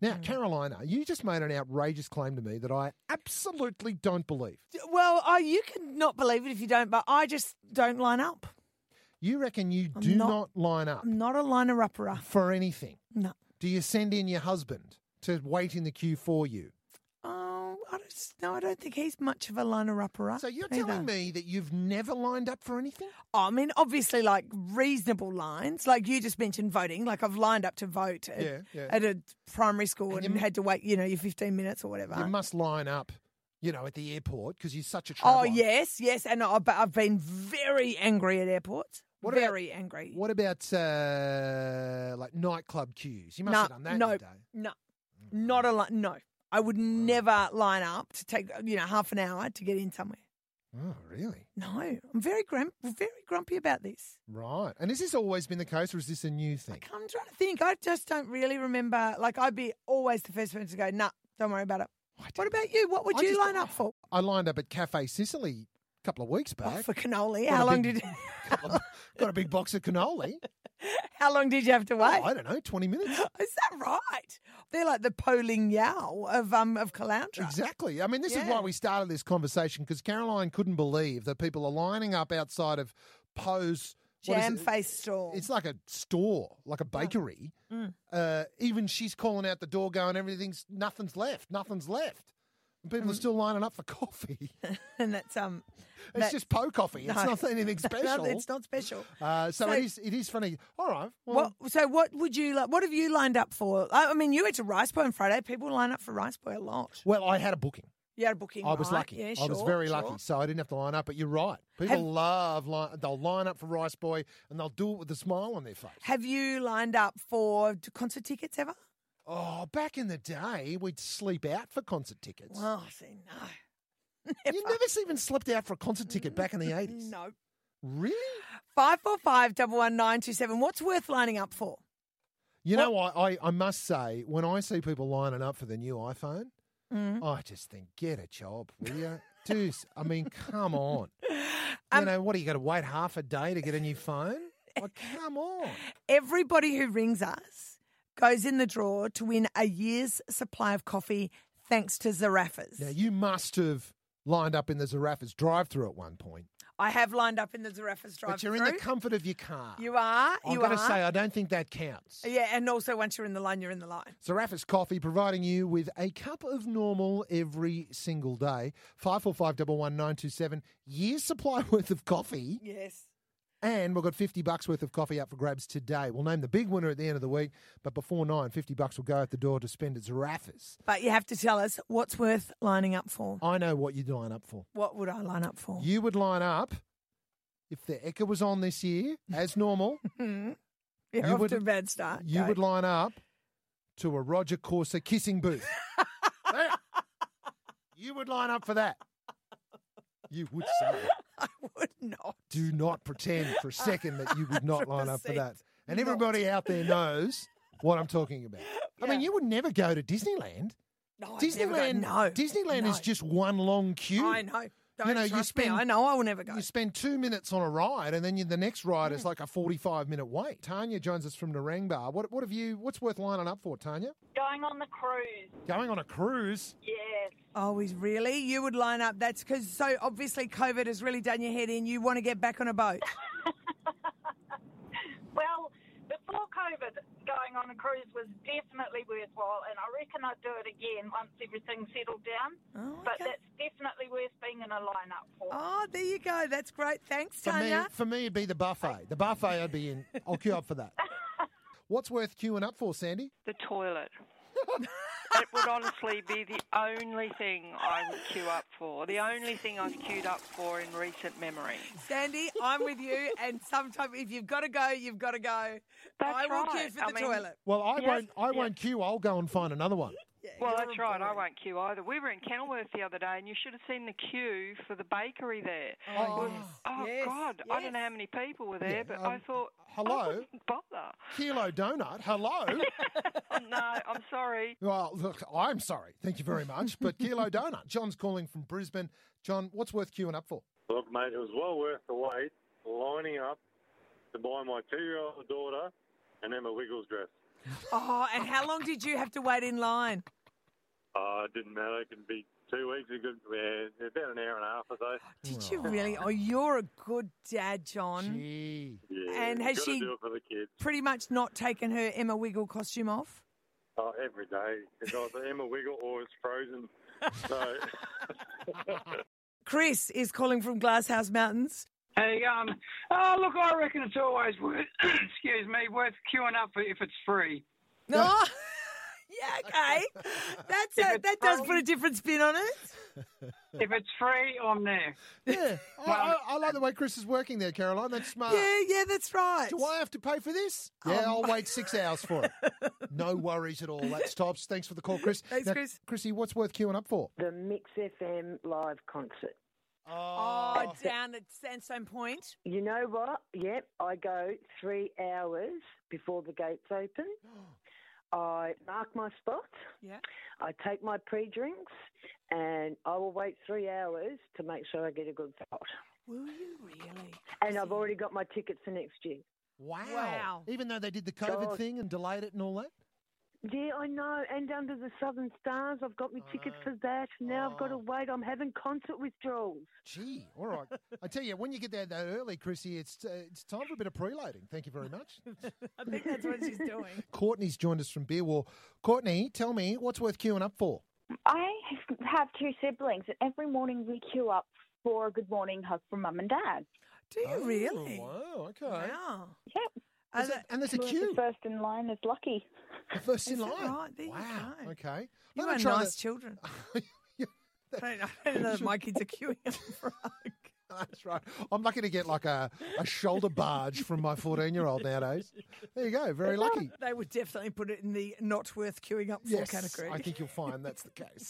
Now, Carolina, you just made an outrageous claim to me that I absolutely don't believe. Well, I, you can not believe it if you don't, but I just don't line up. You reckon you do not, not- line up I'm not a liner upper. for anything? No. Do you send in your husband to wait in the queue for you? Oh, I don't no, I don't think he's much of a liner upper. So you're telling me that you've never lined up for anything? I mean, obviously, like reasonable lines, like you just mentioned voting. Like I've lined up to vote at, Yeah, yeah. at a primary school And and, you m- had to wait, you know, your 15 minutes or whatever. You must line up, you know, at the airport because you're such a traveler. oh, yes, yes. And I, but I've been very angry at airports. What about- very angry. What about uh, like nightclub queues? You must no, have done that no, today. no, Mm. not a line. No, I would never line up to take, you know, half an hour to get in somewhere. Oh, really? No, I'm very grump, very grumpy about this. Right. And has this always been the case, or is this a new thing? I'm trying to think. I just don't really remember. Like, I'd be always the first one to go, nah, don't worry about it. What about you? What would I you just- line up for? I lined up at Cafe Sicily a couple of weeks Oh, back. for cannoli. Got a How long big- did Got a big box of cannoli. how long did you have to wait? I don't know, twenty minutes. Is that right? They're like the polling yow of um of Caloundra. Exactly. I mean, this is why Yeah. we started this conversation because Caroline couldn't believe that people are lining up outside of Poe's what is it? Jam faced stall. It's like a store, like a bakery. Mm. Uh, even she's calling out the door, going, "Everything's nothing's left, nothing's left." And people are Mm. still lining up for coffee. it's and that's um that- just Poe coffee. It's No. not anything no, special. it's not special. Uh, so, So- it is. It is funny. All right. Well, What, so what would you like? What have you lined up for? I I mean, you went to Rice Boy on Friday. People line up for Rice Boy a lot. well, I had a booking. You had a booking. I was right? lucky. Yeah, I was sure, very sure. lucky, so I didn't have to line up. But you're right. People Have- love line. They'll line up for Rice Boy, and they'll do it with a smile on their face. Have you lined up for concert tickets ever? Oh, back in the day, we'd sleep out for concert tickets. Well, I say Oh, no. you never even slept out for a concert ticket back in the eighties. No. Really? Five four five double one nine two seven. What's worth lining up for? You know, I, I, I must say, when I see people lining up for the new iPhone, Mm-hmm. I just think, get a job, will you? Deuce, I mean, come on. Um, you know, what are you going to wait half a day to get a new phone? Like, come on. Everybody who rings us goes in the draw to win a year's supply of coffee thanks to Zarafas. Now, you must have lined up in the Zarafas drive through at one point, I have lined up in the Zarafas drive but you're in the comfort of your car. You are. I'm you going are. to say, I don't think that counts. yeah, and also once you're in the line, you're in the line. Zarafas Coffee providing you with a cup of normal every single day. 545 years supply worth of coffee. Yes. And we've got 50 bucks worth of coffee up for grabs today. We'll name the big winner at the end of the week, but before nine, 50 bucks will go out the door to spend at Zarafas. But you have to tell us what's worth lining up for. I know what you'd line up for. What would I line up for? You would line up, if the Eka was on this year, as normal, You're you off would- to a bad start. you Go. would line up to a Roger Corsa kissing booth. There. you would line up for that. You would say. I would not. do not pretend for a second that you would not line up for that. 100% And not. everybody out there knows what I'm talking about. I mean, Yeah. you would never go to Disneyland. No, I'd never go. Disneyland, No, Disneyland is no. just one long queue. I know. Don't know, you trust spend- me. I know. I will never go. You spend two minutes on a ride, and then you, the next ride Hmm. is like a 45 minute wait. Tanya joins us from Narangbar. What, what have you? What's worth lining up for, Tanya? Going on the cruise, Going on a cruise? yes. Oh, is really? You would line up. That's because so obviously COVID has really done your head in. You want to get back on a boat. Well, before COVID, going on a cruise was definitely worthwhile, and I reckon I'd do it again once everything settled down. Oh, But okay. that's definitely worth being in a lineup for. Oh, there you go. That's great. Thanks, For me, Tanya. for me, it'd be the buffet. The buffet, I'd be in. I'll queue up for that. What's worth queuing up for, Sandy? The toilet. it would honestly be the only thing I would queue up for. The only thing I've queued up for in recent memory. Sandy, I'm with you. And sometimes if you've got to go, you've got to go. That's I will queue right. for the I mean- toilet. Well, I Yes, won't. I yes. won't queue. I'll go and find another one. Yeah, Well, you're that's right. I boring. won't queue either. We were in Kenilworth the other day, and you should have seen the queue for the bakery there. Oh, It was- yes. oh, Yes, God! I don't know how many people were there, Yeah, but um, I thought, hello? I wouldn't bother. Kilo donut. Hello. Oh, no, I'm sorry. well, look, I'm sorry. Thank you very much, but kilo donut. John's calling from Brisbane. John, what's worth queuing up for? Look, mate, it was well worth the wait lining up to buy my two year old daughter an Emma Wiggles dress. Oh, and how long did you have to wait in line? Oh, it didn't matter. It could be two weeks. It could yeah, about an hour and a half or so. Did you really? Oh, you're a good dad, John. Gee. Yeah, And has gotta she- do it for the kids? Pretty much not taken her Emma Wiggle costume off. Oh, every day. It's either Emma Wiggle or it's Frozen. So, Chris is calling from Glasshouse Mountains. Hey, um, oh, look, I reckon it's always worth, excuse me, worth queuing up if it's free. No. yeah, okay. That's a, that does put a different spin on it. If it's free, I'm there. Yeah. I, I, I like the way Chris is working there, Caroline. That's smart. Yeah, yeah, that's right. Uh, Do I have to pay for this? Um, Yeah, I'll wait six hours for it. No worries at all. That's tops. Thanks for the call, Chris. Thanks, Chris. Chrissy, what's worth queuing up for? The Mix FM live concert. Oh, down at Sandstone Point. You know what? Yep, I go three hours before the gates open. I mark my spot. Yeah. I take my pre drinks and I will wait three hours to make sure I get a good spot. Will you really? And I've already got my tickets for next year. Wow. Wow. Even though they did the COVID God. thing and delayed it and all that? Yeah, I know. And under the Southern Stars, I've got my tickets for that. Now I've got to wait. I'm having concert withdrawals. Gee, all right. I tell you, when you get there that early, Chrissy, it's uh, it's time for a bit of preloading. Thank you very much. I think that's what she's doing. Courtney's joined us from Beer War. Courtney, tell me what's worth queuing up for. I have two siblings, and every morning we queue up for Good Morning Hug from Mum and Dad. Do you really? Oh, Wow. Okay. Wow. Yep. Are Is it- they- and there's a Whoever's queue. first in line is lucky. The first in Is that line. right? There you wow. go. Okay. you Let me are try nice the- children. I don't, know- I don't know if my kids are queuing up for a hug. That's right. I'm lucky to get like a, a shoulder barge from my 14 year old nowadays. There you go. Very lucky. They would definitely put it in the not worth queuing up for Yes, category. I think you'll find that's the case.